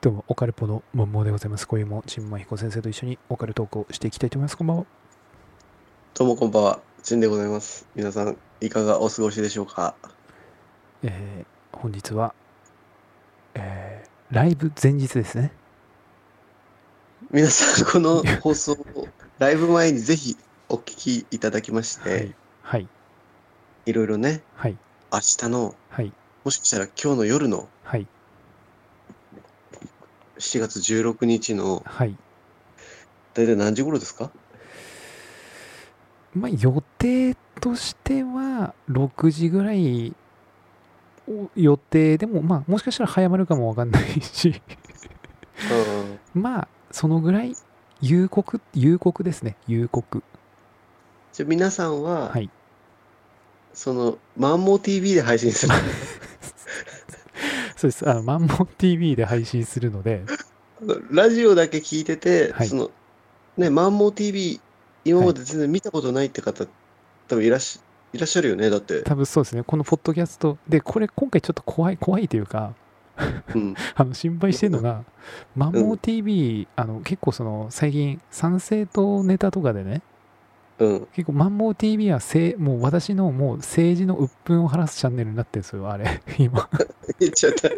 どうも、オカルポのもんもでございます。今夜も、ちんまひこ先生と一緒にオカルトークをしていきたいと思います。こんばんは。どうもこんばんは、ちんでございます。皆さん、いかがお過ごしでしょうかえー本日は、えーライブ前日ですね。皆さん、この放送をライブ前にぜひお聞きいただきまして、、はいい。はい。ろいろね、はい。明日の、はい。もしかしたら今日の夜のはい。 7月16日の、はい。だいたい何時頃ですかまあ、予定としては、6時ぐらいを予定でも、まあ、もしかしたら早まるかもわかんないし、 うん。まあ、そのぐらい、夕刻、夕刻ですね。夕刻。じゃあ皆さんは、はい。その、マンモー TV で配信する。 そうです。あの、マンモン TV で配信するので、あのラジオだけ聞いてて、はいその、ね、マンモー TV、今まで全然見たことないって方、多分いらっしいらっしゃるよね、だって。多分そうですね、このポッドキャストで、これ、今回ちょっと怖い、怖いというか、 うん。あの心配してるのが、マンモー TV、あの結構その最近、参政党ネタとかでね、うん。結構マンモー TV はせいもう私のもう政治の鬱憤を晴らすチャンネルになってるんですよ、あれ、 今。 言っちゃった。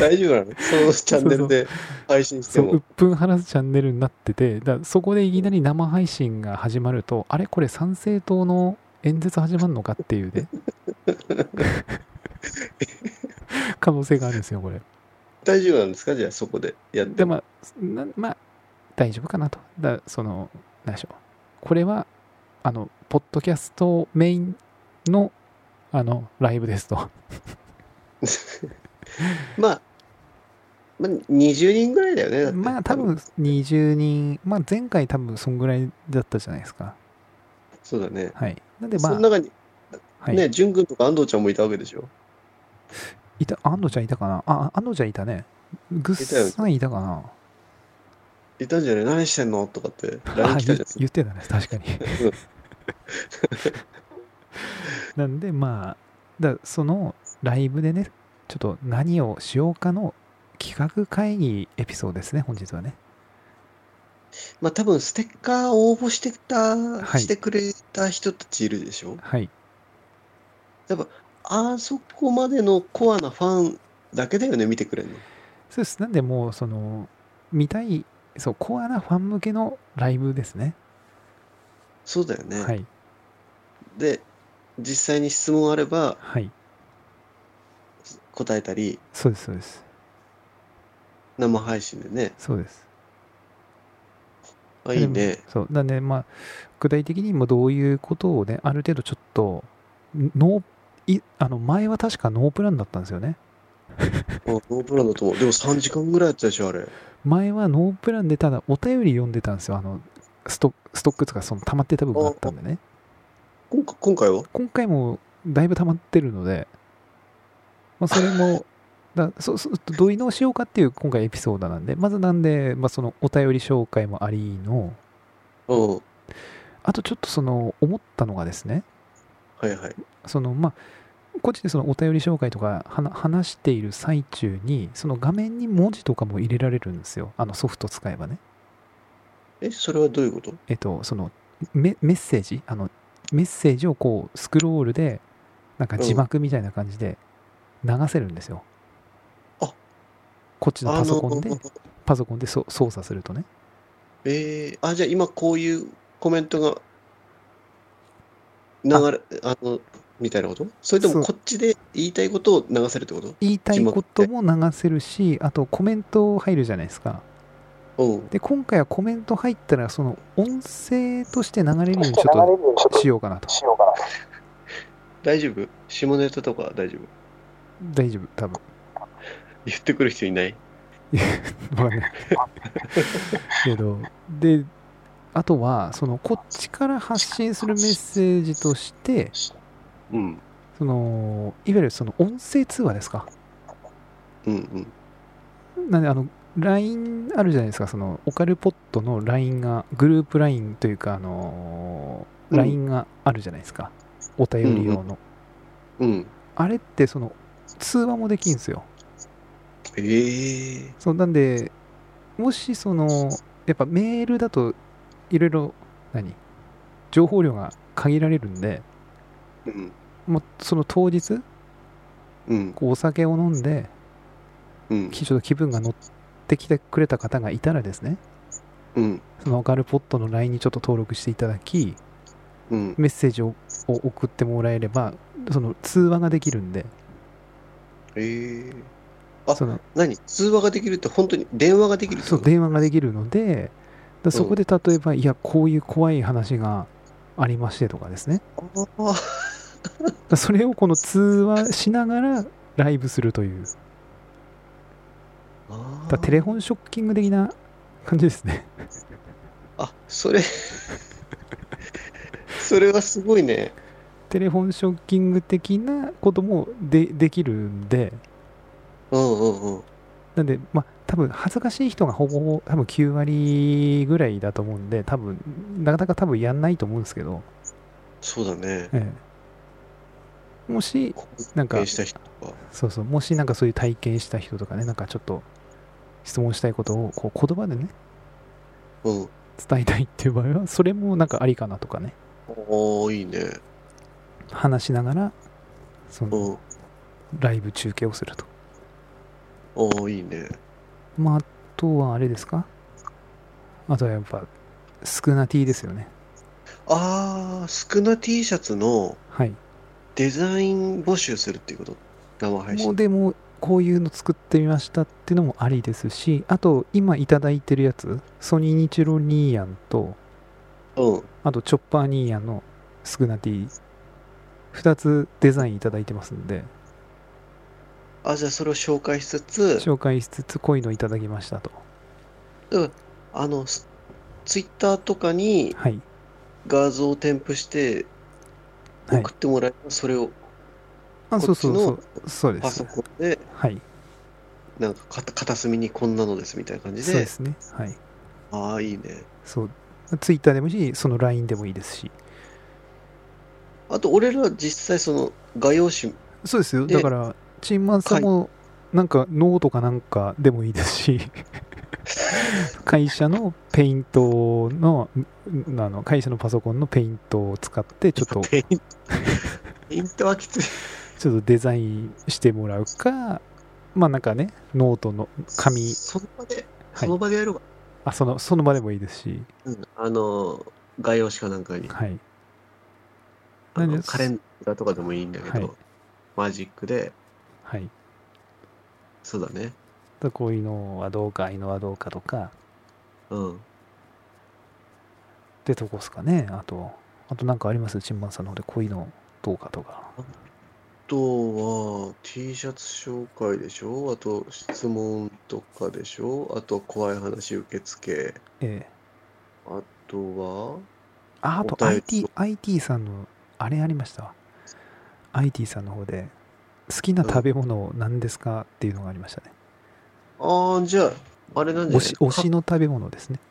大丈夫なのそのチャンネルで配信してそも。う、鬱憤晴らすチャンネルになってて、だからそこでいきなり生配信が始まると、あれ、これ、参政党の演説始まるのかって いうね、可能性があるんですよ、これ。大丈夫なんですかじゃあそこでやってでも。まあなまあ大丈夫かなとだその何でしょうこれはあのポッドキャストメインのあのライブですとまあ、まあ、20人ぐらいだよね。だってまあ多分。20人まあ前回多分そんぐらいだったじゃないですかそうだね。はいなんでそまのあ中に、はい、ね、淳君とか安藤ちゃんもいたわけでしょ。いた安藤ちゃんいたかなあ安藤ちゃんいたねぐっさんいたかないたんじゃない何してんのとかって、あ LINE 来た言じゃん。言ってたね確かになんでまあだそのライブでねちょっと何をしようかの企画会議エピソードですね本日はねまあ多分、ステッカーを応募してきた、はいしてくれた人たちいるでしょ。はいやっぱ、あそこまでのコアなファンだけだよね、見てくれるの。そうですなんでもうその見たいそうコアなファン向けのライブですねそうだよね。はいで、実際に質問あればはい答えたり、そうですそうです生配信でね。そうですあ、いいね。そうなんでまあ具体的にもどういうことをねある程度ちょっとノーいあの前は確かノープランだったんですよねあノープランだと思う。でも3時間ぐらいやったでしょ、あれ。前はノープランでただお便り読んでたんですよあのストストックとかその溜まってた部分があったんでね今回今回は今回もだいぶ溜まってるので、まあ、それもだそそどういうのをしようかっていう今回エピソードなんでまずなんで、まあ、そのお便り紹介もありのうん。はあとちょっとその思ったのがですねいはい。そのまあこっちでそのお便り紹介とかはな話している最中にその画面に文字とかも入れられるんですよあのソフト使えばねえ、それはどういうことえっと、そのメメッセージあのメッセージをこうスクロールでなんか字幕みたいな感じで流せるんですよ、うんあこっちのパソコンであのパソコンでそう操作するとねえー、あ、じゃあ今こういうコメントが流れ、あの、みたいなことそれとそうもこっちで言いたいことを流せるってこと言いたいことも流せるしあとコメント入るじゃないですかうん。で今回はコメント入ったらその音声として流れるようにち流れるょようにちょっとしようかなとっとしようかな。大丈夫下ネタとか大丈夫大丈夫多分言ってくる人いないわかんない。 けど、で、あとは、その、こっちから発信するメッセージとして、うん。その、いわゆるその音声通話ですか。うんうん。なんで、あの、LINE あるじゃないですか、その、オカルポットの LINE が、グループ LINE というか、あのうん LINE があるじゃないですか。お便り用の。うん。あれって、その、通話もできるんですよ。ええそうなんでもしそのやっぱメールだといろいろ何情報量が限られるんでうん。もうその当日うん。こうお酒を飲んでうん。きちょっと気分が乗ってきてくれた方がいたらですねうん。そのガルポットの LINE にちょっと登録していただきうん。メッセージをを送ってもらえればその通話ができるんでええあその何通話ができるって本当に電話ができるってそこうと電話ができるのでだそこで例えば、いやこういう怖い話がありましてとかですねあだそれをこの通話しながらライブするというあだテレフォンショッキング的な感じですね あ、それ それはすごいね。テレフォンショッキング的なこともでできるんでうんうんうん。なんでまあ多分恥ずかしい人がほぼほぼ多分9割ぐらいだと思うんで多分なかなか多分やんないと思うんですけど、そうだね。ええ、もしなんか経験した人は。そうそう、もしなんかそういう体験した人とかね、なんかちょっと質問したいことをこう言葉でね、うん。伝えたいっていう場合は、それもなんかありかなとかね、おー、いいね。話しながら、そのうん。ライブ中継をすると。おー、いいね。まあ、あとはあれですかあとはやっぱ、スクナティですよね。あー、スクナ T シャツのはい。デザイン募集するっていうこと生配もう信。でも、こういうの作ってみましたっていうのもありですし、あと、今いただいてるやつ、ソニーニチロニーヤンと、うん。あと、チョッパーニーヤのスグナティ、2つデザインいただいてますんで、あ、じゃあそれを紹介しつつ、紹介しつつ、こういうのいただきましたと。あの、ツイッターとかにはい。画像を添付してはい送。ってもらえば、それをあ、こそうっちそうそのう。そうでパす。ソコンで、はい。なんか片片隅にこんなのですみたいな感じそうでで、すね。はい。ああ、いいね。そう。ツイッターでもいいし、その LINE でもいいですし。あと、俺ら実際その画用紙、そうですよ。でだから、チンマンさんも、なんか、ノートかなんかでもいいですし、会社のペイントの、んあの会社のパソコンのペイントを使って、ちょっとペイ ント、ペイントはきつい。ちょっとデザインしてもらうか、まあなんかね、ノートの紙、その場で、はそいの場でやるわ。あそのその場でもいいですし、うん、あの、画用紙かなんかに、はい。あなんのでカレンダーとかでもいいんだけど、はいマジックで、はい。そうだね。だこういうのはどうか、ああいうのはどうかとか、うっん。てとこですかね、あと。あとなんかありますチンマンさんの方で、こういうのどうかとか。あとは T シャツ紹介でしょあと質問とかでしょあと怖い話受付ええあとはあ、あとお便り IT、IT さんの、あれありましたわ IT さんの方で、好きな食べ物何ですかっていうのがありましたね。ああじゃああれなんじゃ推ないし推しの食べ物ですね。か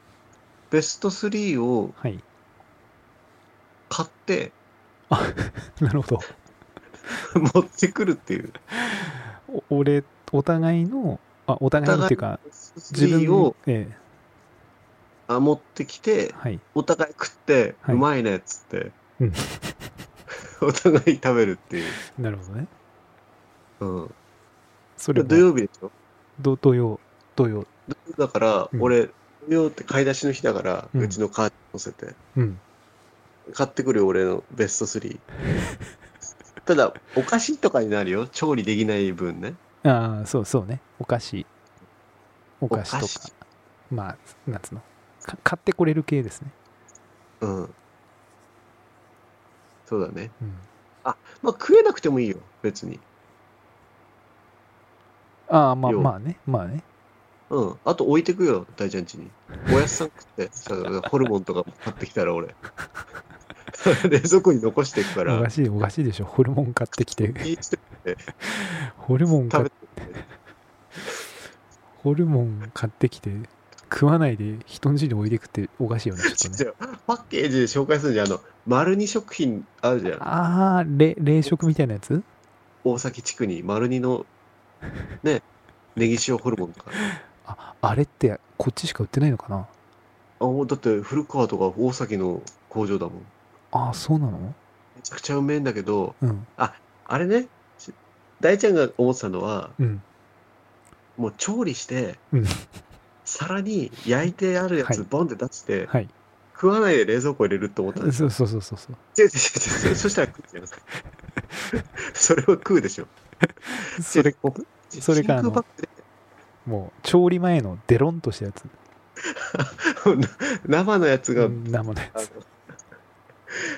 ベスト3をはい。 買って なるほど。持ってくるっていうお俺お互いのあお互いのっていうかベスト自分3をええあ持ってきてはいお互い食ってはいうまいねっつってうん お互い食べるっていうなるほどねうんそれ土も曜日でしょど土曜土曜だからうん俺土曜って買い出しの日だからうんうちのカート乗せてうん買ってくるよ俺のベスト3ただお菓子とかになるよ調理できない分ねああそうそうねお菓子お菓子おと菓か子まあなんつうのか買ってこれる系ですね、うんそうだねうん、まあ食えなくてもいいよ別にああまあ要はまあねまあねうんあと置いてくよ大ちゃんちにおやつさん食ってさホルモンとか買ってきたら俺 冷蔵庫に残していくかお らかしいおかしいでしょホルモン買ってき ていいしてホルモン食買べってホルモン買ってきて食わないで人んちに置いてくっておかしいよねちょっと違ねうパッケージで紹介するじゃんあの丸二食品あるじゃんああ冷食みたいなやつ大崎地区に丸二のねネギ塩ホルモンとか。ああれってこっちしか売ってないのかなあ、もうだって古川とか大崎の工場だもん。ああそうなのめちゃくちゃうめえんだけど、うんあれね、し大ちゃんが思ってたのは、うんもう調理してうん、皿に焼いてあるやはついボンって出して、はい食わないで冷蔵庫入れるって思ったんですよ。そうそうそうそうそう違う違う違う違うそ したら食うじゃないですか。それは食うでしょ。それ僕それかあの真空パッもう調理前のデロンとしたやつクで 生のやつが、うん生のやあのつ、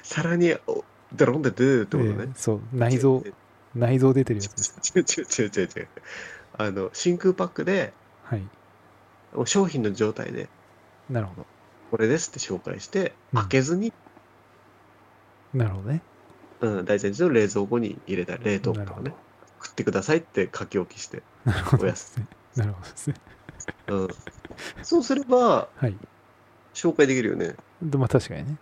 皿におドロンって出てるってことえねえ。そう内臓内臓出てるやつです違う違う違う違う違う違う。あの、真空パックで、はいもう商品の状態で、なるほどこれですって紹介して、うん開けずに、なるほどねうん、大善寺の冷蔵庫に入れたり冷凍庫とかなるね、食ってくださいって書き置きして、なるほどおでやすねなるほどですね うん。そうすれば、はい紹介できるよね。でまあ確かにね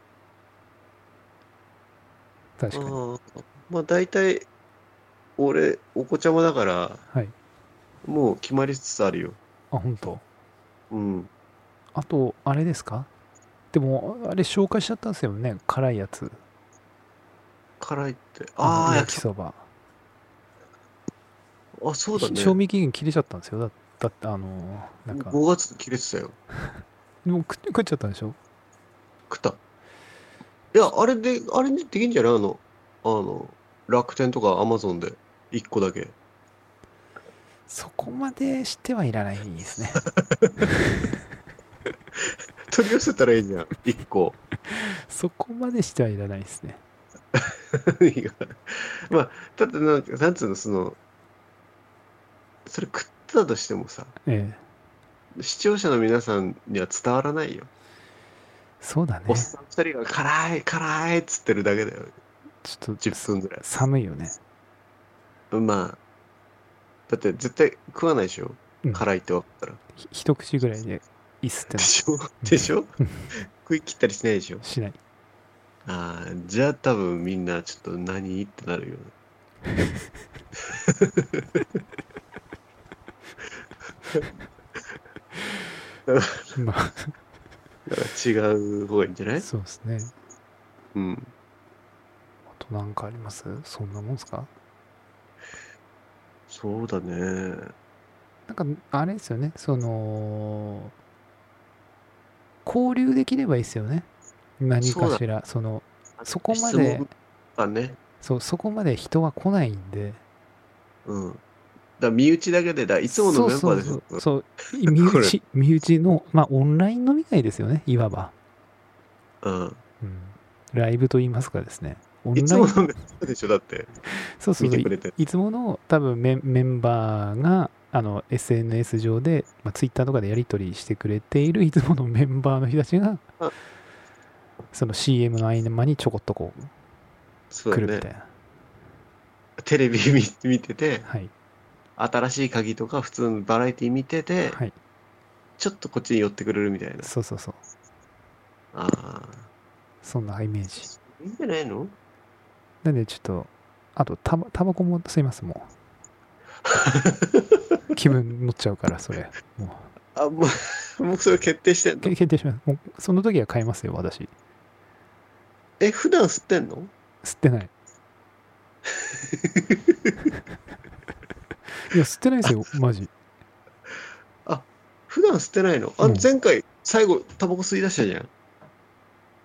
確かにああまあ大体、俺、お子ちゃまだから、はいもう決まりつつあるよ。あ本当うん。あとあれですかでもあれ紹介しちゃったんですよね辛いやつ辛いって。あのあ、焼焼ききそばそあ、そうだね。賞味期限切れちゃったんですよだだってあのーなんか5月切れてたよ。でも食っ食っちゃったんでしょ食った。いや、あれで、あれでできんじゃないあの、あの、楽天とかアマゾンで1個だけ。 そこまでしてはいらないです ね取り寄せたらいいじゃん。1個。 そこまでしてはいらないですね何がまあ、だってなんか、なんつうの、その、それ食ったとしてもさ、ええ視聴者の皆さんには伝わらないよ。そうだねおっさん2人が辛い、辛いっつってるだけだよ。ちょっと10分ぐらい。寒いよねまあ、だって絶対食わないでしょうん。辛いって分かったら。ひ一口ぐらいで椅子ってでなしょでしょうん食い切ったりしないでしょしないああ、じゃあ多分みんなちょっと何ってなるよね。まあだから違う方がいいんじゃな いそうですねうん。あとなんかありますそんなもんですかそうだね。なんかあれですよねその交流できればいいですよね何かしらそのそこまで質問がね。そうそこまで人は来ないんでうん。だから身内だけで、だからいつものメンバーでしそうょそうそうそう身これ内身内のまあオンライン飲み会ですよねいわば、うん。うん、ライブと言いますかですねオンライいンつものメンバーでしょだって。そうそう見そてうくれて。いつもの多分メンメンバーがあの SNS 上で、まあ、Twitter とかでやり取りしてくれているいつものメンバーの人たちがあその CM の合間にちょこっとこうそう来るだみねたい。な、テレビ見見てて、はい新しい鍵とか普通のバラエティ見てて、はいちょっとこっちに寄ってくれるみたいな。そうそうそうああ。そんなイメージいいんじゃないの なんでちょっとあとタバタバコも吸いますも う気分乗っちゃうからそれもうあ、もう、もうそれ決定してんけの決定しますもうその時は買いますよ私え、普段吸ってんの吸って ないいや吸ってないですよマジ普段吸ってないのあ、うん前回、最後、タバコ吸い出したじゃん。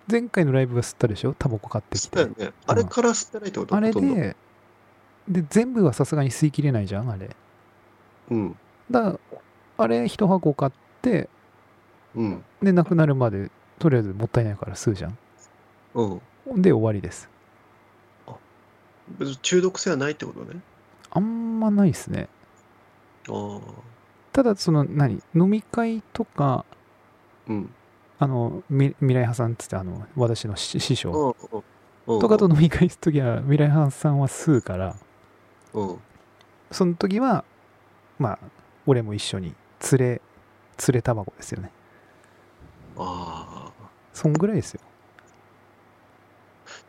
前回のライブは吸ったでしょタバコ買って吸きったよてね。あれから吸ってないってことあれほとんどでで全部はさすがに吸い切れないじゃんあれうん。だからあれ一箱買ってうん。でなくなるまでとりあえずもったいないから吸うじゃんうん。で終わりです別に中毒性はないってことね。あんまないですねああ。ただその何飲み会とかうん。あのみ未来派さんっつってあの私の師師匠うん。とかと飲み会するときは未来派さんは吸うからうん。うん。その時はまあ俺も一緒に連れ連れタバコですよねああ。そんぐらいですよ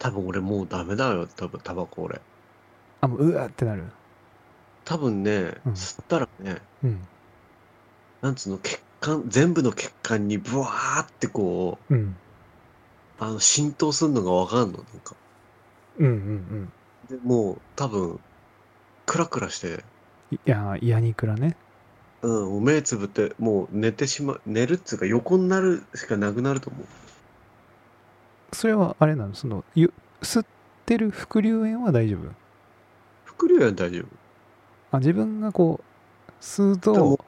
多分俺もうダメだよ、多分タバコ俺。あもううわーってなる多分ね、うん吸ったらね、うんなんつうの、血管、全部の血管にブワーってこう、うん。あの、浸透するのがわかんの、なんか。うんうんうん。でもう、多分、クラクラして、いや、ヤニクラね。うん、もう目つぶって、もう寝てしま、寝るっつうか横になるしかなくなると思う。それはあれなのその、ゆ吸ってる副流煙は大丈夫副流炎大丈夫。あ、自分がこう、吸うでもと、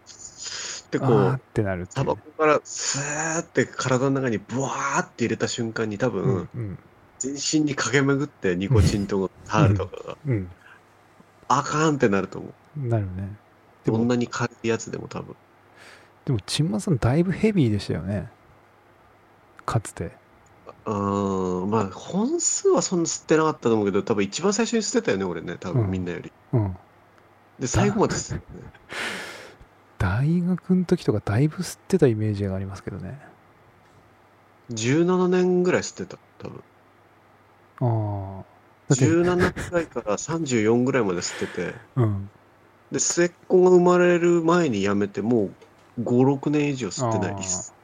で、こあーうっ、てなるっていタうバコからスーって体の中にブワーって入れた瞬間に多う分ん、うん。全身に駆け巡ってニコチンとかタールとかがうん。あかんってなると思う。なるね。でどもんなに軽いやつでも多分。でも、ちんまさん、だいぶヘビーでしたよね。かつて。うーん、まあ本数はそんな吸ってなかったと思うけど、多分一番最初に吸ってたよね、俺ね。多う分んみんなより。うん。で、最後まで吸ってたよね。大学の時とか、だいぶ吸ってたイメージがありますけどね。 17年ぐらい吸ってた、多分。ああ。だって、 17くらいから34ぐらいまで吸ってて、うん。で、末っ子が生まれる前にやめて、もう5、6年以上吸ってないあー です。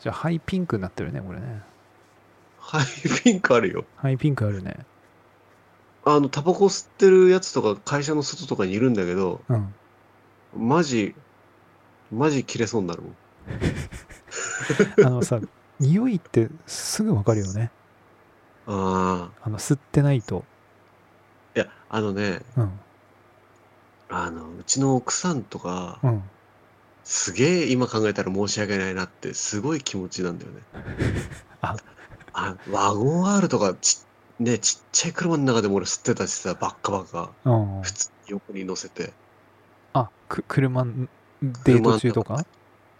じゃあ、ハイピンクになってるね、これね。ハイピンクあるよ。ハイピンクあるね。あの、タバコ吸ってるやつとか会社の外とかにいるんだけど、うん。マジ、マジ切れそうになるもん。あのさ、 匂いってすぐわかるよね。ああ。あの、吸ってないと。いや、あのね、うん。あの、うちの奥さんとか、うん。すげえ今考えたら申し訳ないなって、すごい気持ちなんだよね。 ああ、ワゴン R とかち、ね、ちっちゃい車の中でも俺吸ってたしさ、バッカバカ、うん。普通に横に乗せて、あ、く、車ん、デート中とか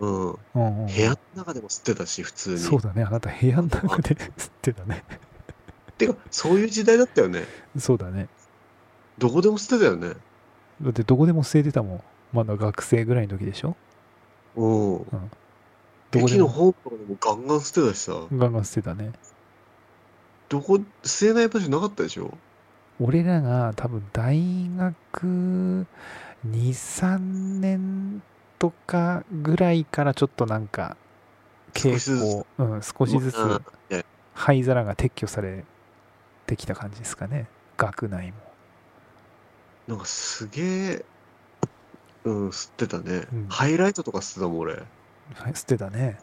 うん、部うんうん。屋の中でも吸ってたし、普通に。そうだね。あなた部屋の中で吸ってたね。てか、そういう時代だったよね。そうだね。どこでも吸ってたよね。だってどこでも吸えてたもん。まだ学生ぐらいの時でしょうん。どこ駅でのもホームとかでもガンガン捨てたしさ、ガンガン吸ってたね。どこ、吸えない場所なかったでしょ俺らが多分大学23年とかぐらいからちょっとなんか少しず傾つ向うん、少しずつうんね灰皿が撤去されてきた感じですかね学内もなんかすげえ、うん、吸ってたね、うんハイライトとか吸ってたもん、俺。はい捨てた ね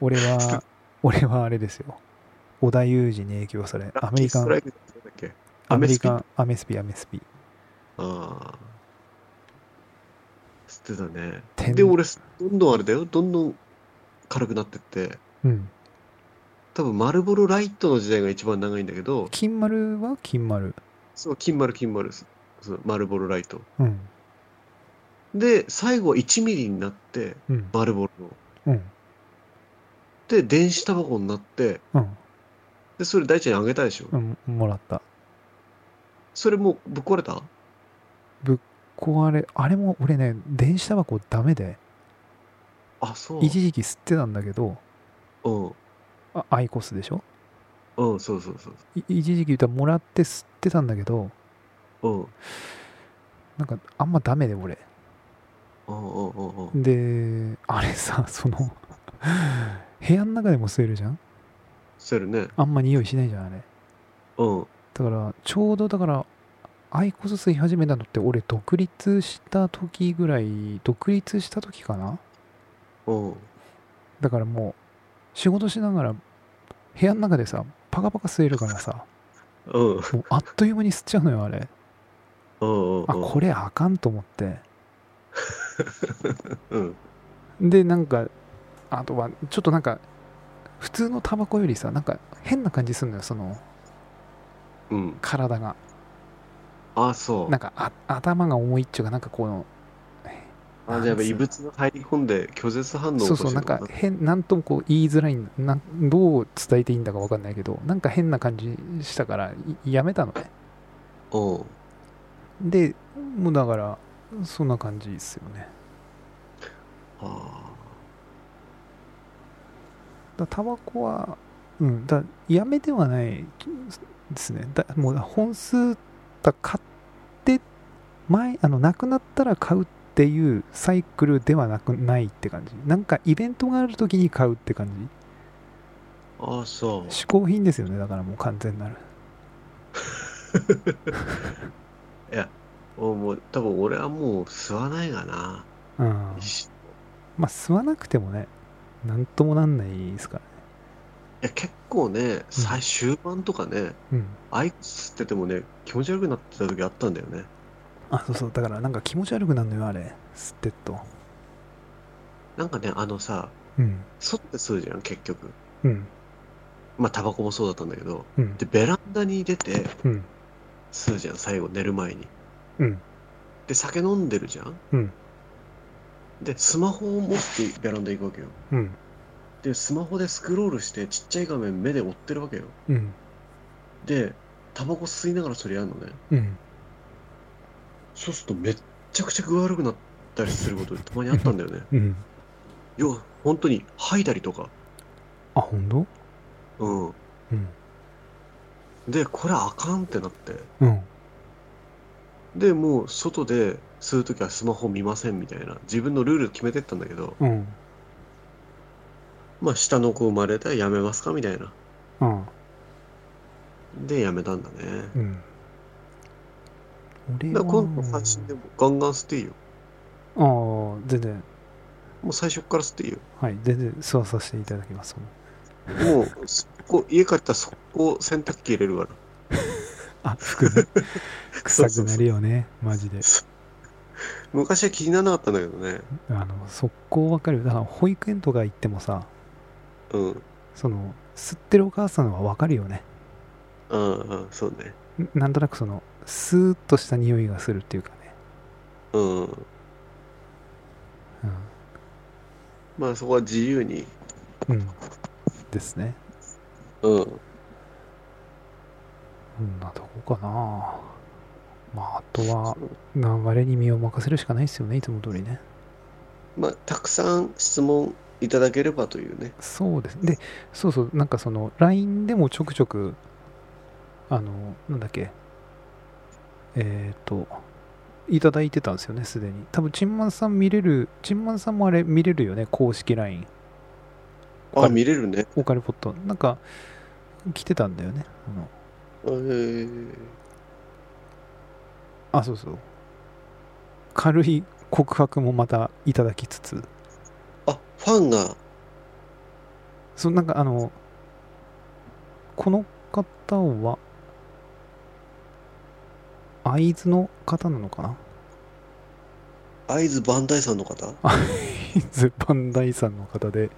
俺は俺はあれですよ織田裕二に影響されアメリカラッキンーストライクだったんだっけアメリカアメンアメスピアメスピああ。吸ってたね。天で、俺、どんどんあれだよ、どんどん軽くなってって、うん多分丸ボロライトの時代が一番長いんだけど、金丸は金丸そう、金丸金丸、そう丸ボロライト。うんで、最後は1ミリになって、うん丸ボロの。うんで、電子タバコになって、うんで、それ大ちゃんにあげたでしょ。うん、もらった。それもうぶっ壊れたこうあれ、あれも俺ね、電子タバコダメで、あ、そう。一時期吸ってたんだけど、うん。あアイコスでしょうん、そうそうそう。い一時期言ったらもらって吸ってたんだけど、うん。うんなんかあんまダメで俺。うんうんうん。で、あれさ、 その、部屋の中でも吸えるじゃんしてるね。あんま匂いしないじゃん、あれ。うん。だから、ちょうどだから、アイコス吸い始めたのって俺独立した時ぐらい、独立した時かなうん。だからもう、仕事しながら、部屋の中でさ、パカパカ吸えるからさ、うん。もうあっという間に吸っちゃうのよあれうん。うん。あこれあかんと思ってうん。でなんかあとはちょっとなんか普通のタバコよりさなんか変な感じするのよそのうん。体があ、そうな。んかあ頭が重いっちゅうかなんかこのあ、じゃあ、異物が入り込んで拒絶反応を起そこうしそうてるなのんか変なんともこう言いづらいなんどう伝えていいんだか分かんないけどなんか変な感じしたからいやめたのねうん。でもうだからそんな感じですよねあだタバコは、うん、だやめてはないですね。だもう本数だ買って前あのなくなったら買うっっていうサイクルではなくないって感じなんかイベントがある時に買うって感じああ、そう。嗜好品ですよねだからもう完全なるいや、おもう、多分俺はもう吸わないがな。うんまいしあ吸わなくてもねなんともなんないですからいや、結構ね、最終盤とかね、ねうんアイコス吸っててもね、気持ち悪くなってた時あったんだよね。あそうそうだからなんか気持ち悪くなるのよあれ吸ってっとなんかね、あのさ、うん外で吸うじゃん、結局。うんまあ、タバコもそうだったんだけど。うんで、ベランダに出てうん吸うじゃん、最後、寝る前に。うんで、酒飲んでるじゃん。うんで、スマホを持ってベランダ行くわけよ。うんで、スマホでスクロールして、ちっちゃい画面目で追ってるわけよ。うんで、タバコ吸いながらそれやるのね。うんそうするとめっちゃくちゃ具合悪くなったりすることたまにあったんだよ ね。うん要は本当に吐いたりとか。あ本当うん。うんで、これあかんってなって。うんで、もう外で吸うときはスマホ見ませんみたいな。自分のルール決めてったんだけど、うんまあ下の子生まれたらやめますかみたいな。うんで、やめたんだね。うん俺だはから今度最新でもガンガン吸っていいよ。ああ全然もう最初っから吸っていいよ。はい全然吸わさせていただきますもう、そこ、家帰ったらそこ洗濯機入れるから。あ服 ね臭くなるよねマジで昔は気にならなかったんだけどね。あの速攻わかるだから保育園とか行ってもさうん。その吸ってるお母さんはわかるよねうんうん、そうね。んなんとなくそのスーッとした匂いがするっていうかね、うん。まあそこは自由に、うん、うん、ですねうん、こんなとこかなまああとは流れに身を任せるしかないですよねいつも通りねまあたくさん質問いただければというね。そうですでそうそうなんかその LINE でもちょくちょくあのなんだっけえっ、といただいてたんですよねすでに多分チンマンさん見れるチンマンさんもあれ見れるよね公式 LINE はあ、い見れるね。オカルポットなんか来てたんだよねあのえー、あそうそう軽い告白もまたいただきつつあ、ファンが、そうなんかあのこの方は会津の方なのか な会津バンダイさんの方会津磐梯山の方で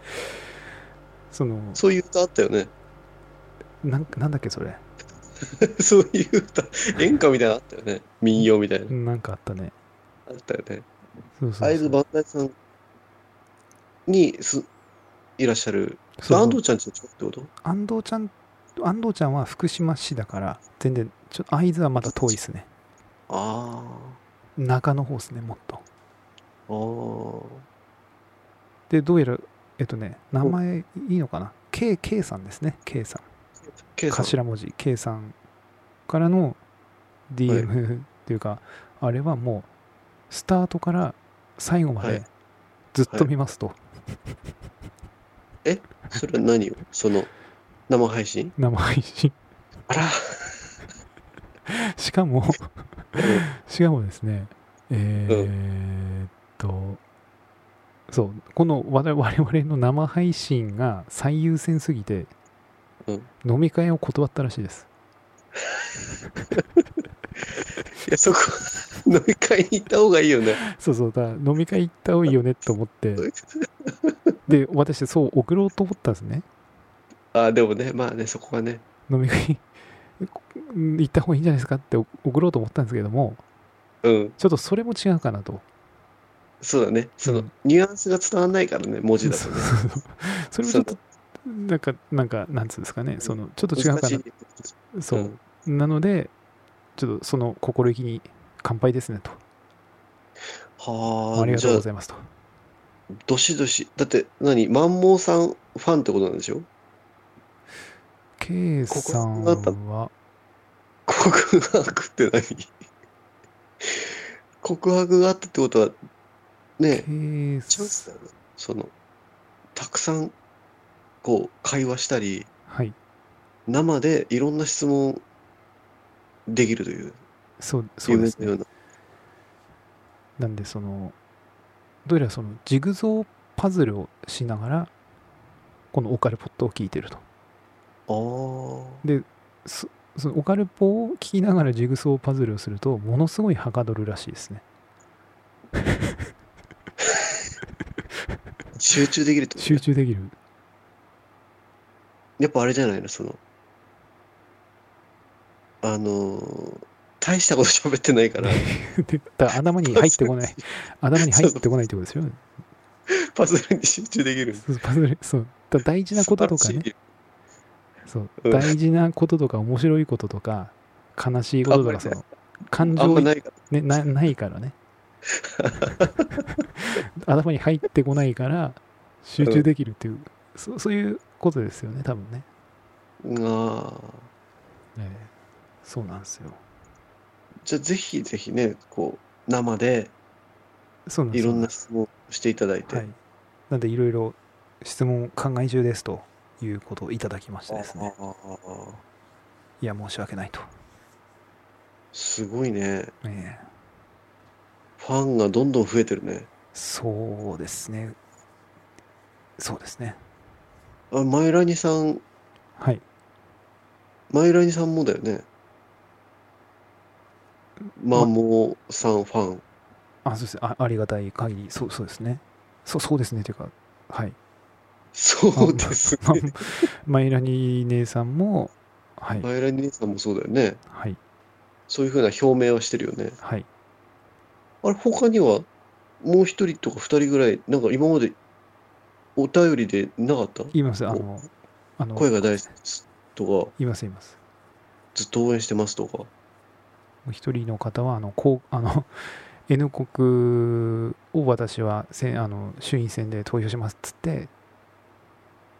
そのそういう歌あったよね。 なんかなんだっけそれそういう歌、演歌みたいなのあったよね。民謡みたいな。なんかあったねあったよね。そうそうそう会津バンダイさんにすいらっしゃる。そう安藤ちゃんちの近くってこと安藤ちゃん安藤ちゃんは福島市だから全然ちょ会津はまだ遠いですねあ中の方ですねもっとあ、ああ。でどうやらえっとね名前いいのかな K, K さんですね K さん K さん。頭文字 K さんからの DM、っていうかあれはもうスタートから最後まはでいずっと見ますと、それは何をその、生配信生配信あら。しか もうんしかもですねえーっと、そうこの我々我々の生配信が最優先すぎて、うん飲み会を断ったらしいですいや、そこ、飲み会に行った方がいいよね。そうそうだから飲み会行った方がいいよねと思ってで私そう送ろうと思ったんですねあでもね、まあね、そこはね。飲み会行った方がいいんじゃないですかって送ろうと思ったんですけどもうん、ちょっとそれも違うかなとそうだね。その、うんニュアンスが伝わんないからね、文字だとそうね。そうそうそれもちょっとなんかなんかなんつうんですかねそのちょっと違う難かしいな。そううんなのでちょっとその心意気に乾杯ですねとはありあ、がじとゃうあご、ざいますとどしどし。だって、何万毛さんファンってことなんでしょ K さんここだっは告白って何告白があったってことは、ケねーチャンスス。だよね。その、たくさん、こう、会話したり、はい。生でいろんな質問できるという、そう、そうで夢すのねよう。なな。んで、その、どうやらその、ジグゾーパズルをしながら、このオカルポットを聞いてると。あーそそのオカルポを聞きながらジグソーパズルをすると、ものすごいはかどるらしいですね。集中できるってこと集中でき る。やっぱあれじゃないの、その、あのー大したこと喋ってな いから、でだから頭に入ってこない。頭に入ってこないってことですよね。パズルに集中できる。そうパズルそうだ大事なこととかね素晴らしい。そううん大事なこととか面白いこととか悲しいこととかそあんまりの感あ情んまねないかなないからね 頭に入ってこないから集中できるっていう、そそういうことですよね多分ね、ら。ああ。ええそうなんですよじゃあぜひぜひね、こう、生でそうなんでいすよろんな質問をしていただいて。はいなんでいろいろ質問考え中ですということをいただきましてですねあーいや申し訳ないと、すごいね。ええファンがどんどん増えてるね。そうですねそうですねあ、マイラニさん、はいマイラニさんもだよね。マモさんファン。あ、そうですね。あありがたい限り、そうそうですね。そうそうですね。というか、 はい。そうですまね。マイラニ姉さんも、はい、マイラニさんもそうだよね。はい、そういうふうな表明はしてるよね。はい。あれ、他には、もう一人とか二人ぐらい、なんか今までお便りでなかった言います。あの、あの、声言が大好きですとか、います、言います。ずっと応援してますとか。お一人の方は、あの、こう、あ の、N 国を私はせんあの衆院選で投票しますっつって、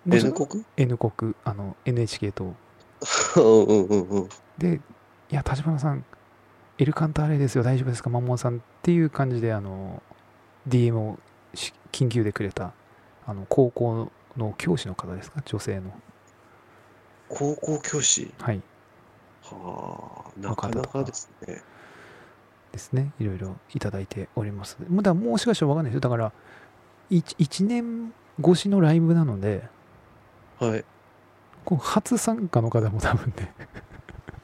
もうそ N 国 N 国、あの、NHK と。うんうんうんうん。で、いや、立花さん、エルカンターレですよ、大丈夫ですか、マンモンさんっていう感じで、あの、DM をし緊急でくれた、あの、高校の教師の方ですか、女性の。高校教師。はい。はあ、なのか方なとかかですね。ですね。いろいろいただいております。まだもしかしたらわかんないですよ。だから、1, 年越しのライブなので、はい。こう初参加の方も多分ね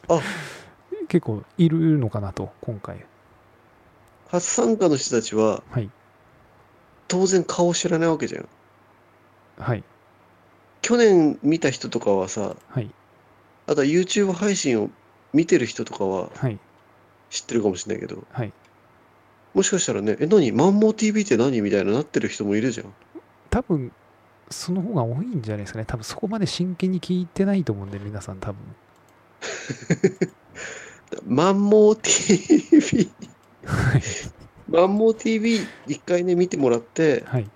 あ 結構いるのかなと、今回。初参加の人たちは、はい。当然顔知らないわけじゃん。はい。去年見た人とかはさ、はい。あとは YouTube 配信を見てる人とかははい。知ってるかもしれないけど、はい。もしかしたらね、え、何マンモー TV って何みたいななってる人もいるじゃん。多分その方が多いんじゃないですかね多分そこまで真剣に聞いてないと思うんで皆さん多分マンモー TV はい。マンモー TV 一回ね、見てもらって、はい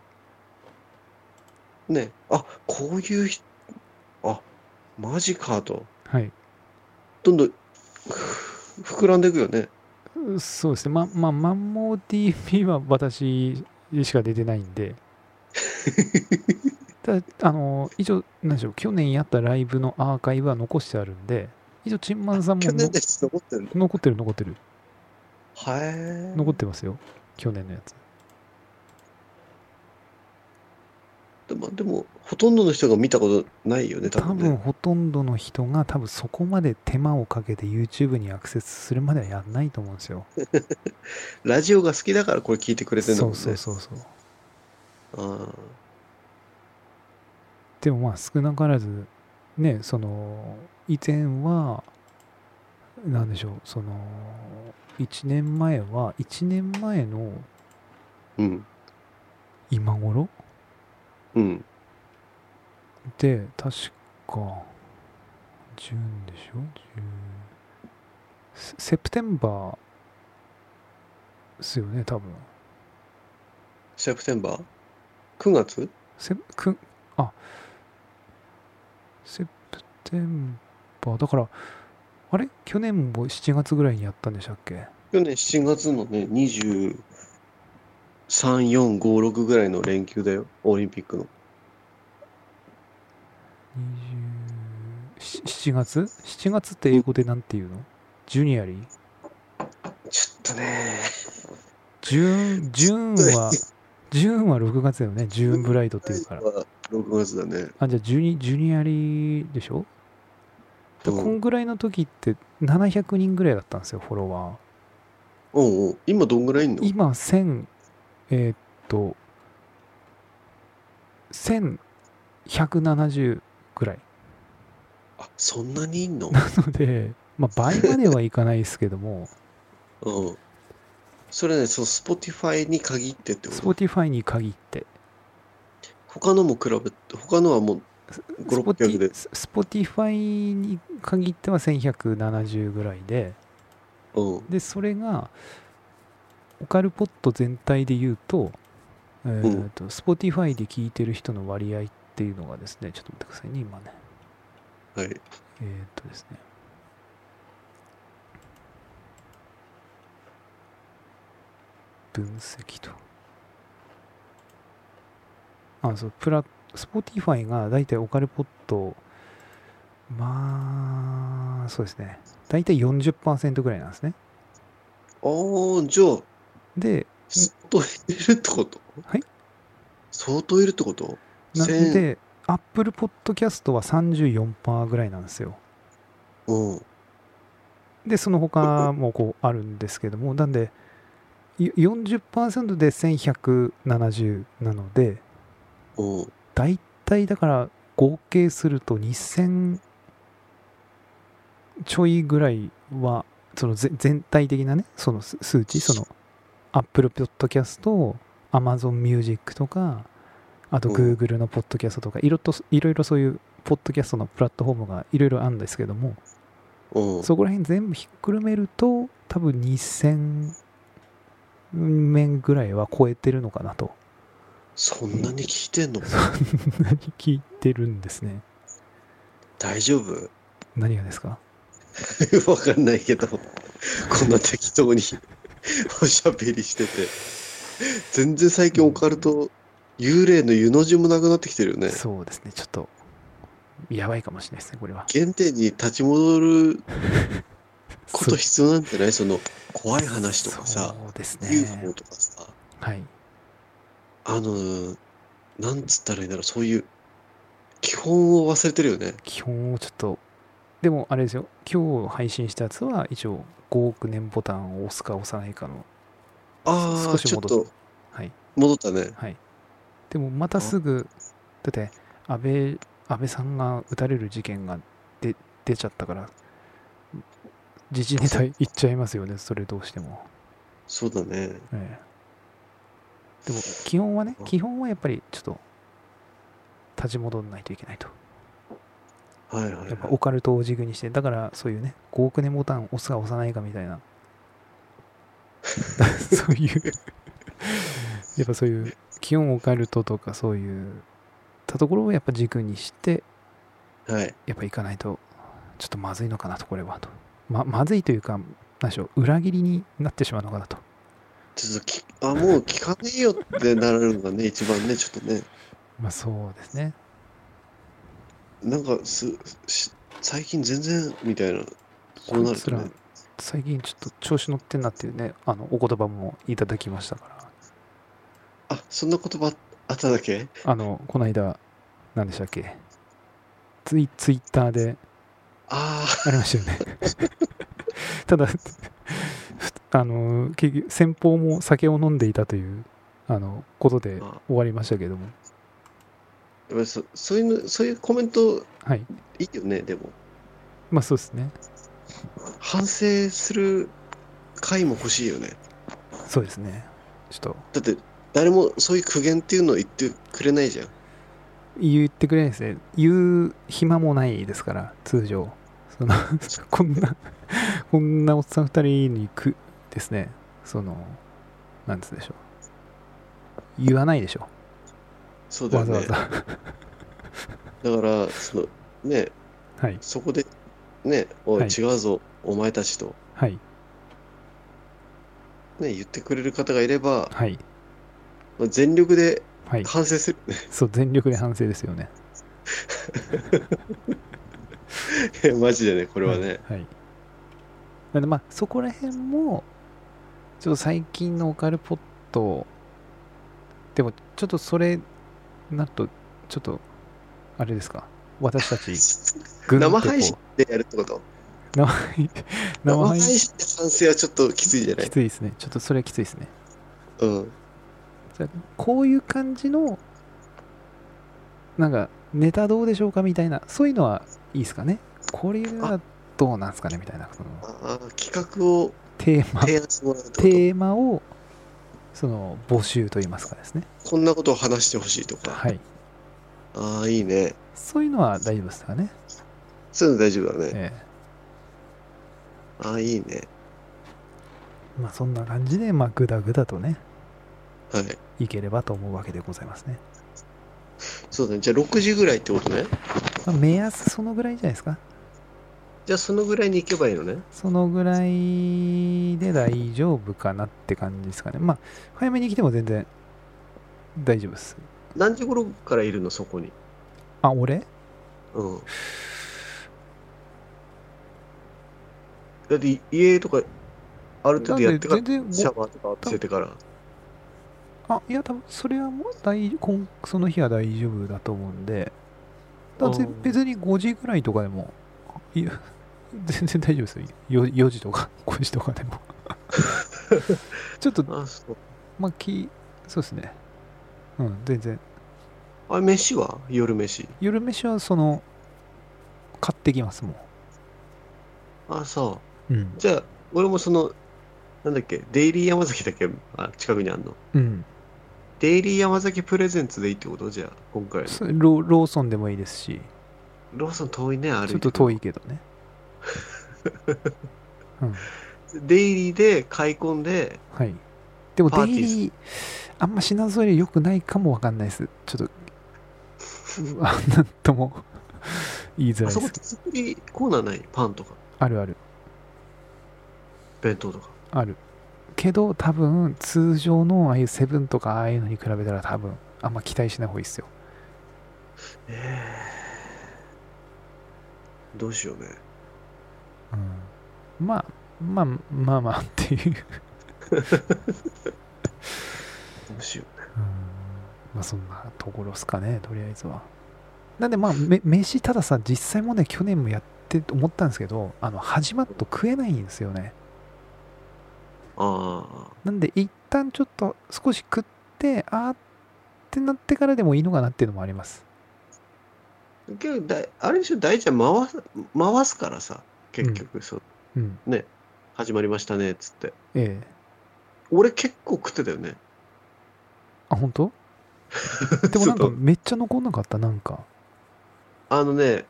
ね、あ、こういう人、あ、マジかと。はいどんどんふ膨らんでいくよね。うそうですねままあマンモー TV は私しか出てないん でただあの一応何でしょう去年やったライブのアーカイブは残してあるんで一応チンマンさんも去の年でちょっと残ってるの。残ってる残ってるはえ。残ってますよ去年のやつでも、でもほとんどの人が見たことないよね、多多分分ね。ほとんどの人が多分そこまで手間をかけて YouTube にアクセスするまではやんないと思うんですよラジオが好きだからこれ聞いてくれてるんだそもんうね。そうそうそうあでもまあ少なからずねその以前は何でしょうその1年前は1年前のーうん。今頃うん。で確か10でしょ10セセプテンバーですよね多分セプテンバー ?9 月セくあセプテンバーだからあれ去年も7月ぐらいにやったんでしたっけ去年7月のね、25 3、4、5、6ぐらいの連休だよ。オリンピックの。 20 7月 ?7 月って英語でなんて言うのジュニアリーちょっとね、ジューン、ジューン は、ジューンは6月だよね。ジューンブライドっていうから。 6月だね。あ、じゃあジュニ、ジュニアリーでしょでこうんんぐらいの時って700人ぐらいだったんですよ、フォロワおうおう今どんぐらいいんのー。今、1000、えーっと、1170ぐらい。 あ、そんなにいんのなので、まあ、倍まではいかないですけど も、うん。それね、その Spotify に限ってってこと Spotify に限って、他のも比べて、他のはもう5、600で。 Spotify に限っては1170ぐらいで、うん。で、それが、オカルポット全体で言うと、えー、と Spotify で聞いてる人の割合っていうのがですね、ちょっと待ってくださいね、今ね。はい。えー、っとですね。分析と。あ、そう、プラ、Spotify がだいたいオカルポット、まあ、そうですね。だいたい40%ぐらいなんですね。ああ、じゃあ、で、相当いるってことはい相当いるってことなんせんで、Apple Podcast は34%ぐらいなんですよ。うん。で、その他もこうあるんですけども、なんで、い40%で1170なので、うん。だいたいだから合計すると2000ちょいぐらいは、そのぜ全体的なね、その数数値、その Apple Podcast、Amazon Music とか、あとうん Google の Podcast とか、いろといろいろそういう Podcast のプラットフォームがいろいろあるんですけども、うん。そこら辺全部ひっくるめると、多分2000面ぐらいは超えてるのかなと。そんなに聞いてんのそんなに聞いてるんですね。大丈夫何がですか わかんないけど、こんな適当に おしゃべりしてて。全然最近オカルト、幽霊の湯の字もなくなってきてるよね。そうですね、ちょっと、やばいかもしれないですね、これは。原点に立ち戻ること必要なんじゃないその怖い話とかさ、そうですね UFO。とかさ、はい。あの、なんつったらいいんだろう、そういう、基本を忘れてるよね。基本をちょっと、でもあれですよ、今日配信したやつは、一応、5億年ボタンを押すか押さないかの、あ少あ、しちょっ戻っとたはい。戻ったね。はい。でもまたすぐ、だって安倍、安倍さんが撃たれる事件が出出ちゃったから、時事ネタいっちゃいますよね、それどうしても。そうだね。ええ、でも、基本はね、基本はやっぱりちょっと立ち戻らないといけないと。はいはい、やっぱはオカルトを軸にして、だからそういうね、5億年ボタン押すか押さないかみた いな、そういう、やっぱそういう、基本オカルトとかそういう、たところをやっぱ軸にして、い。はい。やっぱ行かないと、ちょっとまずいのかなと、これはと。ままずいというか、何でしょう、裏切りになってしまうのかなと。ちょっとき、あ、もう聞かねえよってなるのがね、一番ね、ちょっとね。まあそうですね。なんかす、し最近全然、みたいな。そうこないるつとらね。、最近ちょっと調子乗ってんなっていうね、あの、お言葉もいただきましたから。あ、そんな言葉あっただけあの、この間、何でしたっけツイツイッターであありましたよね。 ただ、ふあの、結局、先方も酒を飲んでいたという、あの、ことであ終わりましたけども。あ、やっぱりそそういうの、そういうコメントはい。いいよね、でも。まあそうですね。反省する回も欲しいよね。そうですね。ちょっと、だって、誰もそういう苦言っていうのを言ってくれないじゃん。言ってくれないですね。言う暇もないですから、通常。その こんな、こんなおっさん二人にく、ですね、その、なんつうんでしょう。言わないでしょ。そうだわよざね。わざ。だから、その、ね、はい。そこで、ね、おい、はい違うぞ、お前たちと、はい。ね、言ってくれる方がいれば、はい。まあ全力ではい、反省する。そう、全力で反省ですよね。いや マジでね、これはね。はい。なんでまあそこら辺も、ちょっと最近のオカルポット、でもちょっとそれなると、ちょっと、あれですか、私たち、ぐんとこ生う配信でやるってこと生配生 生配配信信で反省はちょっときついじゃなきいついですね。ちょっとそれはきついですね。うん。こういう感じの、なんか、ネタどうでしょうかみたいな、そういうのはいいですかね。これはどうなんですかねみたいな、そのああ、企画をテーマ、提案してもらうってことテーマを、その、募集といいますかですね。こんなことを話してほしいとか。はい。ああ、いいね。そういうのは大丈夫ですかね。そういうの大丈夫だね。えああ、いいね。えまあ、そんな感じで、まあ、ぐだぐだとね、はい。いければと思うわけでございますね。そうだね。じゃあ6時ぐらいってことね。まあ、目安、そのぐらいじゃないですか。じゃあそのぐらいに行けばいいのね。そのぐらいで大丈夫かなって感じですかね。まあ、早めに来ても全然大丈夫です。何時頃からいるの、そこに。あ、俺うん。だって家とか、ある程度やってかならんで、全然ごシャワーとか浴びせてから。あ、いや、多分それはもう大丈夫、こんその日は大丈夫だと思うんで、だってうん別に5時ぐらいとかでも、いや 全然大丈夫ですよ。よ4時とか 5時とかで も。ちょっと、あ、そう。まあ、き、そうですね。うん、全然。あ、飯は夜飯。夜飯はその、買ってきますもあ、そん。うんう。。じゃあ、俺もその、なんだっけ、デイリー山崎だっけあ、近くにあんの。うん。デイリー山崎プレゼンツでいいってことじゃあ、今回の。そロローソンでもいいですし、ローソン遠いね、歩いて。ちょっと遠い。けど ね。うん、デイリーで買い込んで、はい。でもパーデテイィーですリー、あんま品揃え良くないかもわかんないです。ち ょっと、うわなんとも言いづらあいそでこす手。作りコーナーないパンとか、あるある、弁当とか。ある。けど、多分、通常のああいうセブンとかああいうのに比べたら多分、あんま期待しない方がいいですよ。どうしようね。うん、まあ、まあ、まあまあっていう。どうしよう。うんまあそんなところですかね、とりあえずは。なんでまあ、め飯、たださ、実際もね、去年もやってて思ったんですけど、あの、始まっと食えないんですよね。あなんで、一旦ちょっと少し食って、あーってなってからでもいいのかなっていうのもあります。あ。けどだい、あれでしょ、大ちゃん回す、回すからさ、結局、そう、うん。始まりましたね、つって。ええ俺結構食ってたよね。あ、本 当でもなんちかょっとめっちゃ残んなかった、なんか。あのね、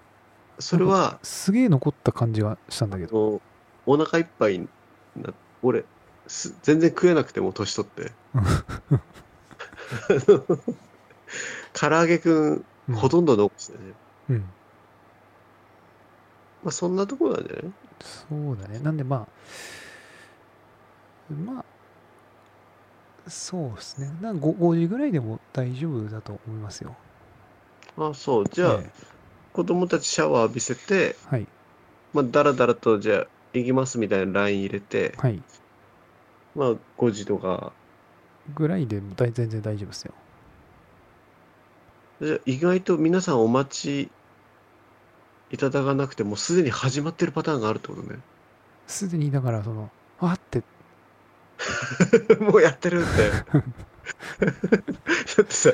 それは、すげえ残った感じがしたんだけあど。のお腹いっぱいにな、俺、す全然食えなくてもう年取って。うんあの唐揚げく、うんんほとんど残してね。うん。まあ、そんなところなんじゃないそうだね。なんでまあ、まあ、そうですね。なんか 5, 時ぐらいでも大丈夫だと思いますよ。あそう。じゃあ、ええ子供たちシャワー浴びせて、はい。まあ、だらだらと、じゃあ、行きますみたいなライン入れて、はい。まあ、5時とか、ぐらいでも大全然大丈夫ですよ。じゃあ意外と皆さんお待ちいただかなくて、もうすでに始まってるパターンがあるってことね。すでにだから、その、あって、 もうやってるって。だってさ、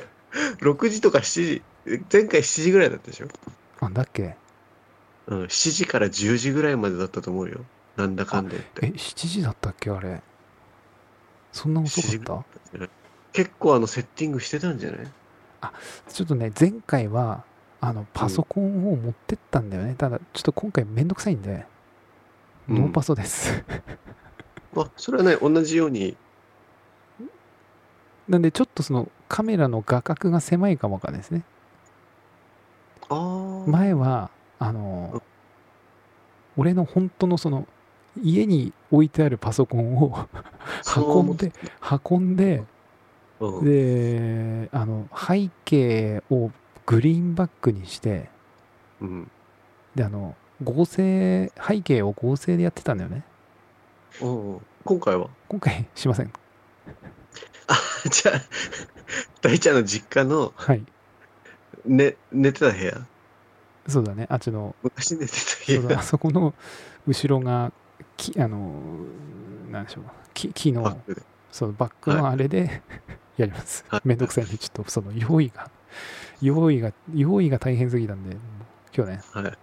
6時とか7時、前回7時ぐらいだったでしょあ、だっけうん、7時から10時ぐらいまでだったと思うよ。なんだかんだ言っえ、て。 7時だったっけあれ。そんな遅かっ結構あのセッティングしてたんじゃないたちょっとね、前回は、あの、パソコンを持ってったんだよね。ただ、ちょっと今回めんどくさいんで、うんノーパソです。 まあ、それはね、同じように、なんで、ちょっとその、カメラの画角が狭いかもわかんないですね。あー、前はあうのん俺の本当のその家に置いてあるパソコンをその運んで運んでうん。であの背景をグリーンバックにしてうん。であの合成背景を合成でやってたんだよねうんうん今回は 今回しませんあ、じゃあ、大ちゃんの実家の、はいね、寝てた部屋そうだねあっちの昔寝てたそう部だ屋あそこの後ろがきあのなんでしょう木木バッのクで。そのバックのあれで、やりますはいめんどくさいんでちょっとその用意が用意が用意が大変すぎたんで今日ねはい。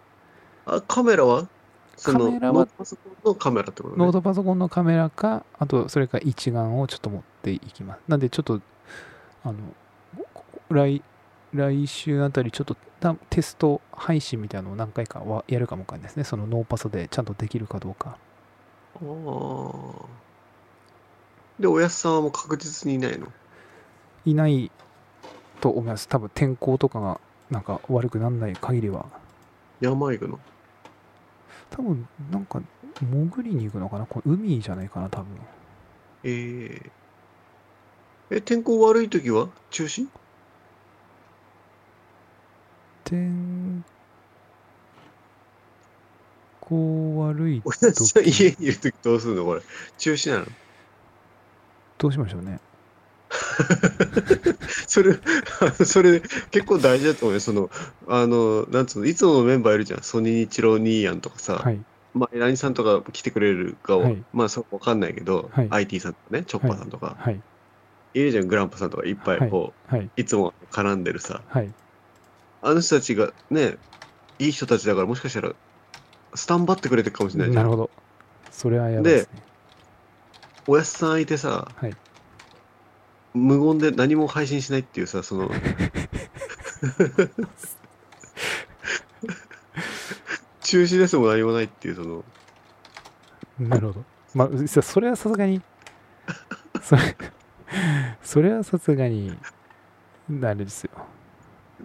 あ、カメラはそのカメラはノートパソコンのカメラってことね。ノートパソコンのカメラか、あとそれか一眼をちょっと持っていきます。なんでちょっと、あの、こ来、来週あたりちょっとたテスト配信みたいなのを何回かはやるかもわかんないですね。そのノーパソでちゃんとできるかどうか。ああ。で、おやすさんはもう確実にいないの。いないと思います。多分天候とかがなんか悪くならない限りは。山行くの。多分なんか潜りに行くのかなこれ海じゃないかな多分。えええ、天候悪い時は中止天候悪いおやすさん時家にいる時どうするのこれ。中止なのどうしましょうね。それ、 それ、結構大事だと思うよ。その、あの、なんつうの、いつものメンバーいるじゃん。ソニー・イチロー・ニーヤンとかさ、はい。まあ、エラニさんとか来てくれるかは、はいまあ、そうわかんないけど、はい IT さんとかね、チョッパーさんとか、はい。い、るじゃん、グランパさんとかいっぱい、こう、はい。いつも絡んでるさ、はい。あの人たちがね、いい人たちだから、もしかしたら、スタンバってくれてるかもしれないじゃなるん。ほど。それはやばいですね。おやすさんいてさ、はい無言で何も配信しないっていうさ、その、中止ですも何もないっていう、その、なるほど。まあ、そそれはさすが に、それ、それはさすがに、あれですよ。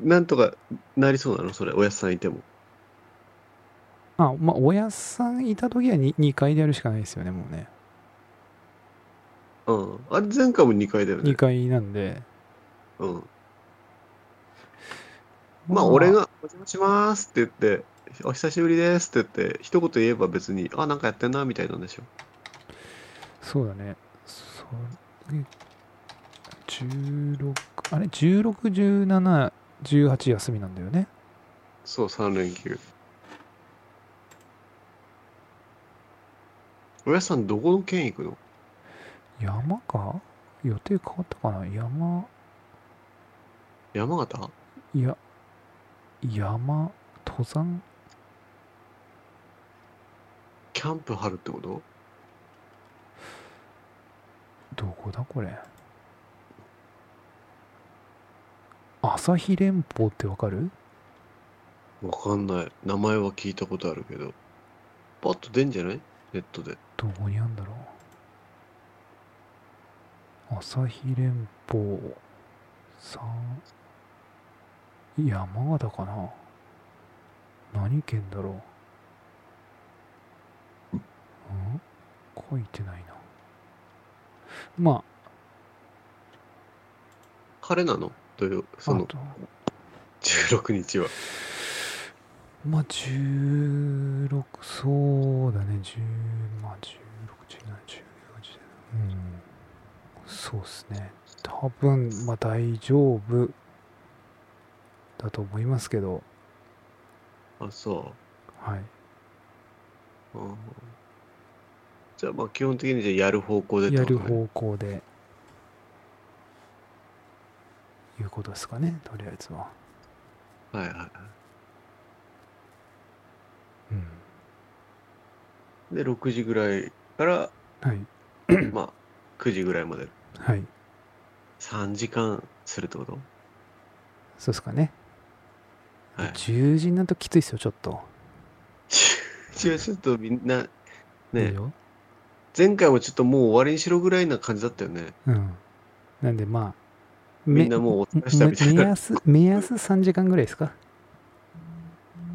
なんとかなりそうなの、それ、おやすさんいても。あ、まあ、親さんいた時は 2, 2階でやるしかないですよね、もうね。うん。あれ、前回も2回だよ2ね。階なんで。うん。まあ、俺。が、お邪魔しますって言って、お久しぶりですって言って、一言言えば別に、あ、なんかやってんな、みたいなんでしょ。そうだね。それ、16、あれ、16、17、18休みなんだよね。そう、3連休。おやっさん、どこの県行くの山か予定変わったかな山。山形いや、山、登山キャンプ張るってことどこだこれ。朝日連峰ってわかるわかんない。名前は聞いたことあるけど。パッと出んじゃないネットで。どこにあんだろう。朝日連峰、山、山形かな何県だろうん書いてないな。まあ、晴れなのという、そあのと16日は。まあ16そうだね10まあ161714うんそうっすね多分まあ大丈夫だと思いますけどあ、そ。はいううんじゃあ、まあ、基本的にじゃあやる方向でってやことるね方向でいうことですかねとりあえずははいはいはうんい。で、6時ぐらいから、はいまあ、9時ぐらいまで。はい3時間するってことそうですかね、はい。 10時になるときついっすよちょっと 一応ちょっとみんな、いいね、よ前回もちょっともう終わりにしろぐらいな感じだったよね。うんなんでまあみめんなもうお疲れしためみたい目な。安目安3時間ぐらいですか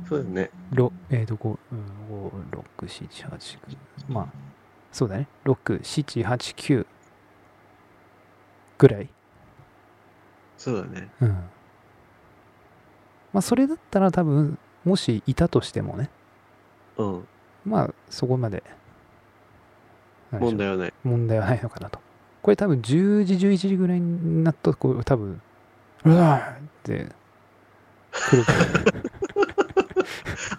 そうだよね。ろえっ、と5、うん、5 6、7、8、9。まあ、そうだね。6、7、8、9ぐらいそうだね。うんまあそれだったら多分もしいたとしてもねうん。まあそこまでなんでしょう問題はない。問題はないのかなとこれ多分10時11時ぐらいになったとこう多分うわーって来るか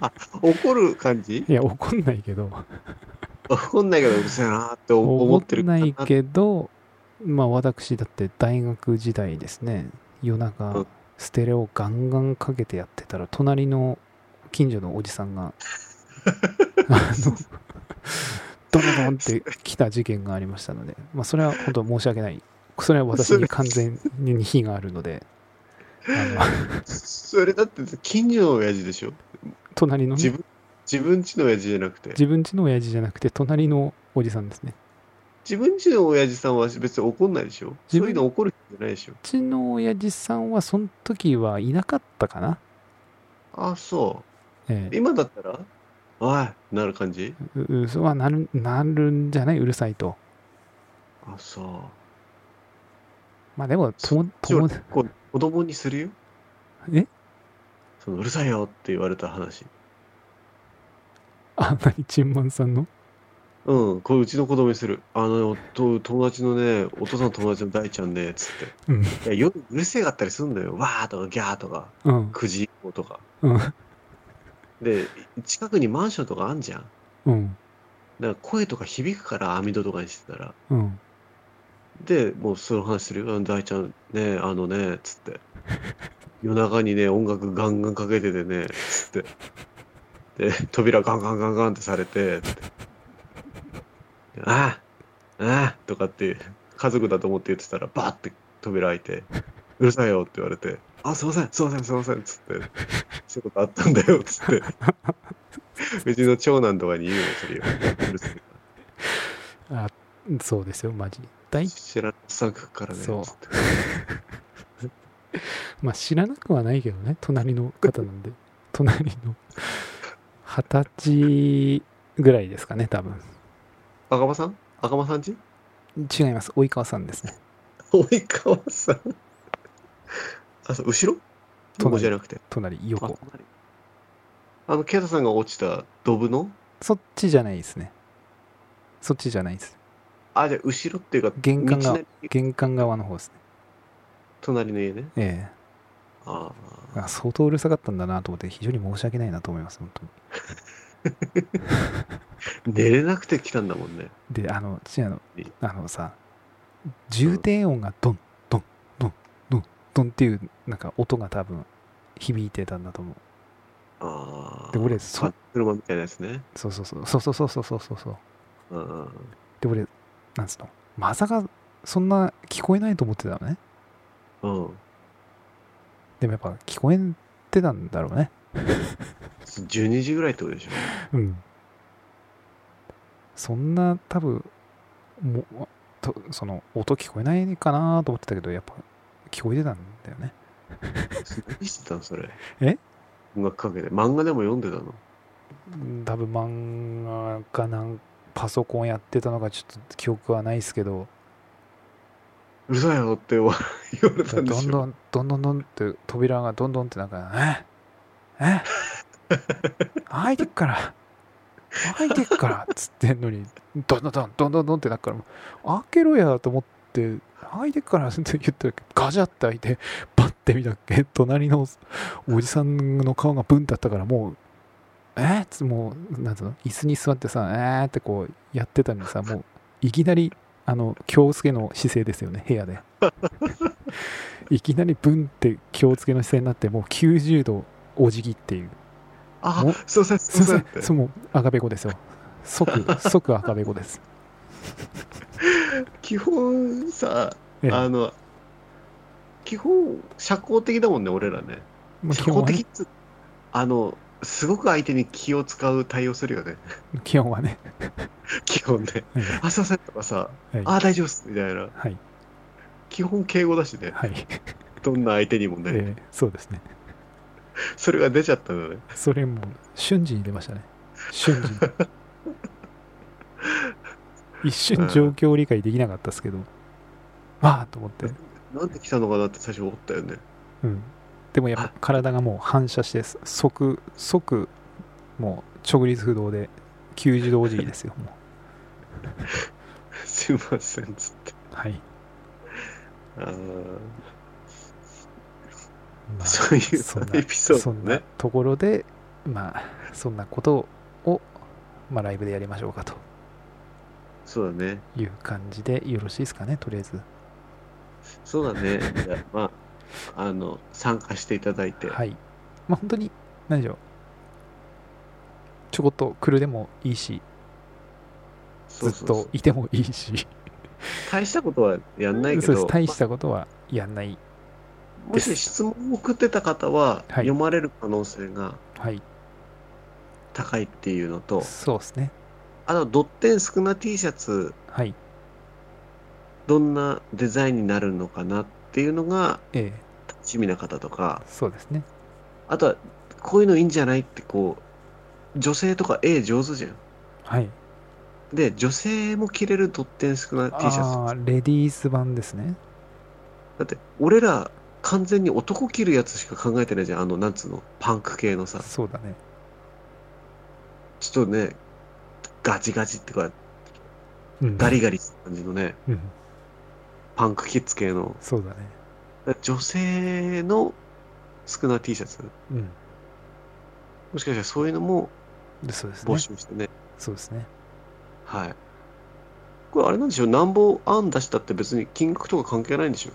ら怒る感じいや怒んないけど怒んないけどうるせえなーって思思っっててるないけど、まあ私だって大学時代ですね、夜うん中、ステレオガンガンかけてやってたら、隣の近所のおじさん が、あの、ドンドンって来た事件がありましたので、まあそれは本当申し訳ない。それは私に完全に非があるので、あ のそれだって近所の親父でしょ隣のね、自分、自分家の親父じゃなくて。自分家の親父じゃなくて、隣のおじさんですね。自分家の親父さんは別に怒んないでしょそ自分ういうの怒る人じゃないでしょうちの親父さんは、その時はいなかったかな。あ、そええう。今だったらおいなる感じううそうはなるなるんじゃないうるさいと。あ、そう。まあでも、ともそともこう子供にするよえそのうるさいよって言われた話。あんなにチンマンさんのうん、これうちの子供にする。あの、と友達のね、お父さんの友達の大ちゃんね、つって。うんいや夜うるせえかったりするんだよ。わーとかギャーとか、うん、 9時以降とか。うん、で、近くにマンションとかあんじゃん。だかうん、ら声とか響くから網戸とかにしてたら。うん。で、もうその話するよ。うん大ちゃんね、あのね、つって。夜中にね、音楽ガンガンかけててね、つって。で、扉ガンガンガンガンってされて、つって。ああ、ああ、とかって、家族だと思って言ってたら、バーって扉開いて、うるさいよって言われて、あ、すいません、すいません、すいません、つって。そういうことあったんだよ、つって。うちの長男とかに言うの、それよ。うるさいから。あそうですよ、マジ。大知らんおっさん食うからね、そうつって。まあ知らなくはないけどね、隣の方なんで。隣の二十歳ぐらいですかね、多分。赤間さん赤間さんち違います、及川さんですね。及川さん。あ、そう、後ろ隣ここじゃなくて。隣、あ横。隣あの、ケイタさんが落ちたドブのそっちじゃないですね。そっちじゃないです。あ、じゃあ後ろっていうか、玄関が道なり玄関側の方ですね。隣の家ね。えあえあ。あ相当うるさかったんだなと思って、非常に申し訳ないなと思います、本当に。寝れなくて来たんだもんね。であのちなのえあのさ重低音がドンドンドンドンドンっていうなんか音が多分響いてたんだと思うああ。で俺そあ車みたいなやつね。そうそうそうそうそうそうそうそうそううんうんうん。で俺なんつうのまさかそんな聞こえないと思ってたのねうん。でもやっぱ聞こえてたんだろうね12時ぐらいってことでしょ。うんそんな多分もうとその音聞こえないかなと思ってたけどやっぱ聞こえてたんだよね何してたのそれ。 え音楽かけて。漫画でも読んでたの多分漫画かなんパソコンやってたのかちょっと記憶はないですけどうるさいよって言わ言われたどんんでしょ。どんどんどんどんって扉がどんどんってなんか「ええ開いてっから開いてっから」っつってんのにどんどんどんどんどんどんってなっからもう開けろやと思って開いてっからって言ったらガジャって開いてパッて見たっけ隣のおじさんの顔がブンってあったからもうえーっつもうなんつうの椅子に座ってさえーってこうやってたのにさもういきなりあの京介の姿勢ですよね部屋でいきなりブンって京介の姿勢になってもう90度お辞儀っていうあも、すいません、すすいいませませんんって。そうもう赤べこですよ即 即赤べこです基本さ、ええあの、基本、社交的だもんね、俺らね。まあ社基本は交的ねっつ、あの、すごく相手に気を使う対応するよね。 基本はね基本ね。ええあ、すいませんとかさ、はいあ、大丈夫っす、みたいな。はい基本敬語だしね。はい、どんな相手にもえね。ーそうですねそれが出ちゃったのね。それもう瞬時に出ましたね瞬時に一瞬状況を理解できなかったですけど、ああと思ってなんで来たのかなって最初思ったよね。 うん、でもやっぱ体がもう反射してす即即もう直立不動で90度お辞儀ですよもすいません、つって。うはい、あーまあそういうそんなエピソそーんドなね。ところでまあそんなことを、まあ、ライブでやりましょうかとそうだね。いう感じでよろしいですかねとりあえずそうだね。いやまあ、あの、参加していただいて。はいまあ本当に何でしょうちょこっと来るでもいいしそずうっそうそうといてもいいし大したことはやんないけ そうですど、大したことはやんない、まあもし質問を送ってた方は、はい読まれる可能性がはい高いっていうのと、そうですねあの、ドッテン少な T シャツ、はいどんなデザインになるのかなっていうのがええ楽しみな方とか、そうですねあとは、こういうのいいんじゃないってこう、女性とか絵上手じゃん。はいで、女性も着れるドッテン少な T シャあツ。ーレディース版ですねだって、俺ら完全に男着るやつしか考えてないじゃん。あの、なんつうの、パンク系のさ。そうだねちょっとね、ガチガチってか、うんガリガリした感じのね、うんパンクキッズ系の。そうだね女性の少な T シャツ。うんもしかしたらそういうのもでそうですね募集してね。そうですねはい。これあれなんでしょうなんぼ案出したって別に金額とか関係ないんでしょ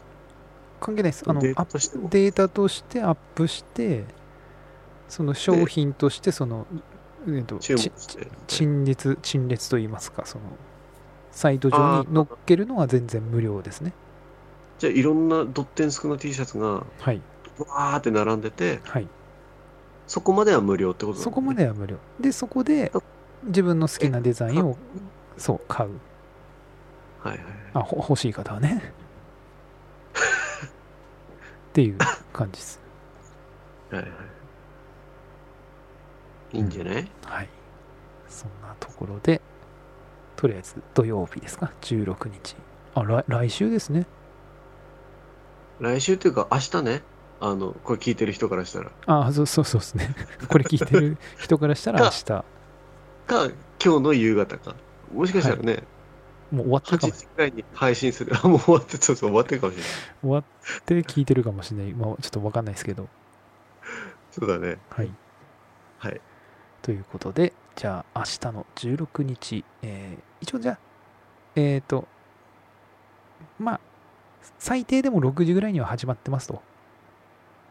関係ないですあのデーアタップとしてもデータとしてアップしてその商品としてそのえっと注文ちして。陳列陳列といいますかそのサイト上に載っけるのは全然無料ですねじゃあいろんなドッテン少な T シャツがはいわーって並んでて、はいそこまでは無料ってことだもんねそこまでは無料でそこで自分の好きなデザインをそう買うはいはい。あほ欲しい方はね っていう感じですはいはい。いいんじゃないはいそんなところでとりあえず土曜日ですか16日あ来来週ですね来週っていうか明日ね、あの、これ聞いてる人からしたら。あそうそうそうですね これ聞いてる人からしたら明日か、今日の夕方か。もしかしたらね、もう終わって8るかもし時くらいに配信する。あ、もう終わって、そうそう、終わってるかもしれない。終わって聞いてるかもしれない、まあ、ちょっと分かんないですけどそうだね。はいはい。ということで、じゃあ、明日の16日、えー一応じゃあ、えっ、と、まあ、最低でも6時ぐらいには始まってますと。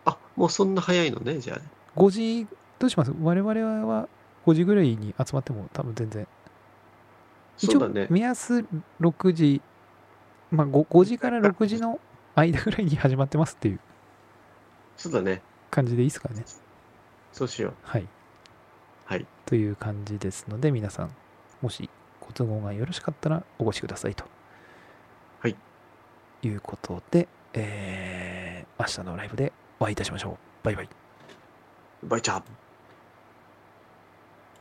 あ、もうそんな早いのね、じゃあね。 5時、どうします我々は5時ぐらいに集まっても多分全然。そうだね一応、。目安6時、まあ 5, 5時から6時の間ぐらいに始まってますっていうそうだね。感じでいいですかね。そうしよう。はい。はい。という感じですので、皆さん、もしご都合がよろしかったらお越しくださいと。はい。いうことで、えー、明日のライブでお会いいたしましょう。バイバイ。バイチャー。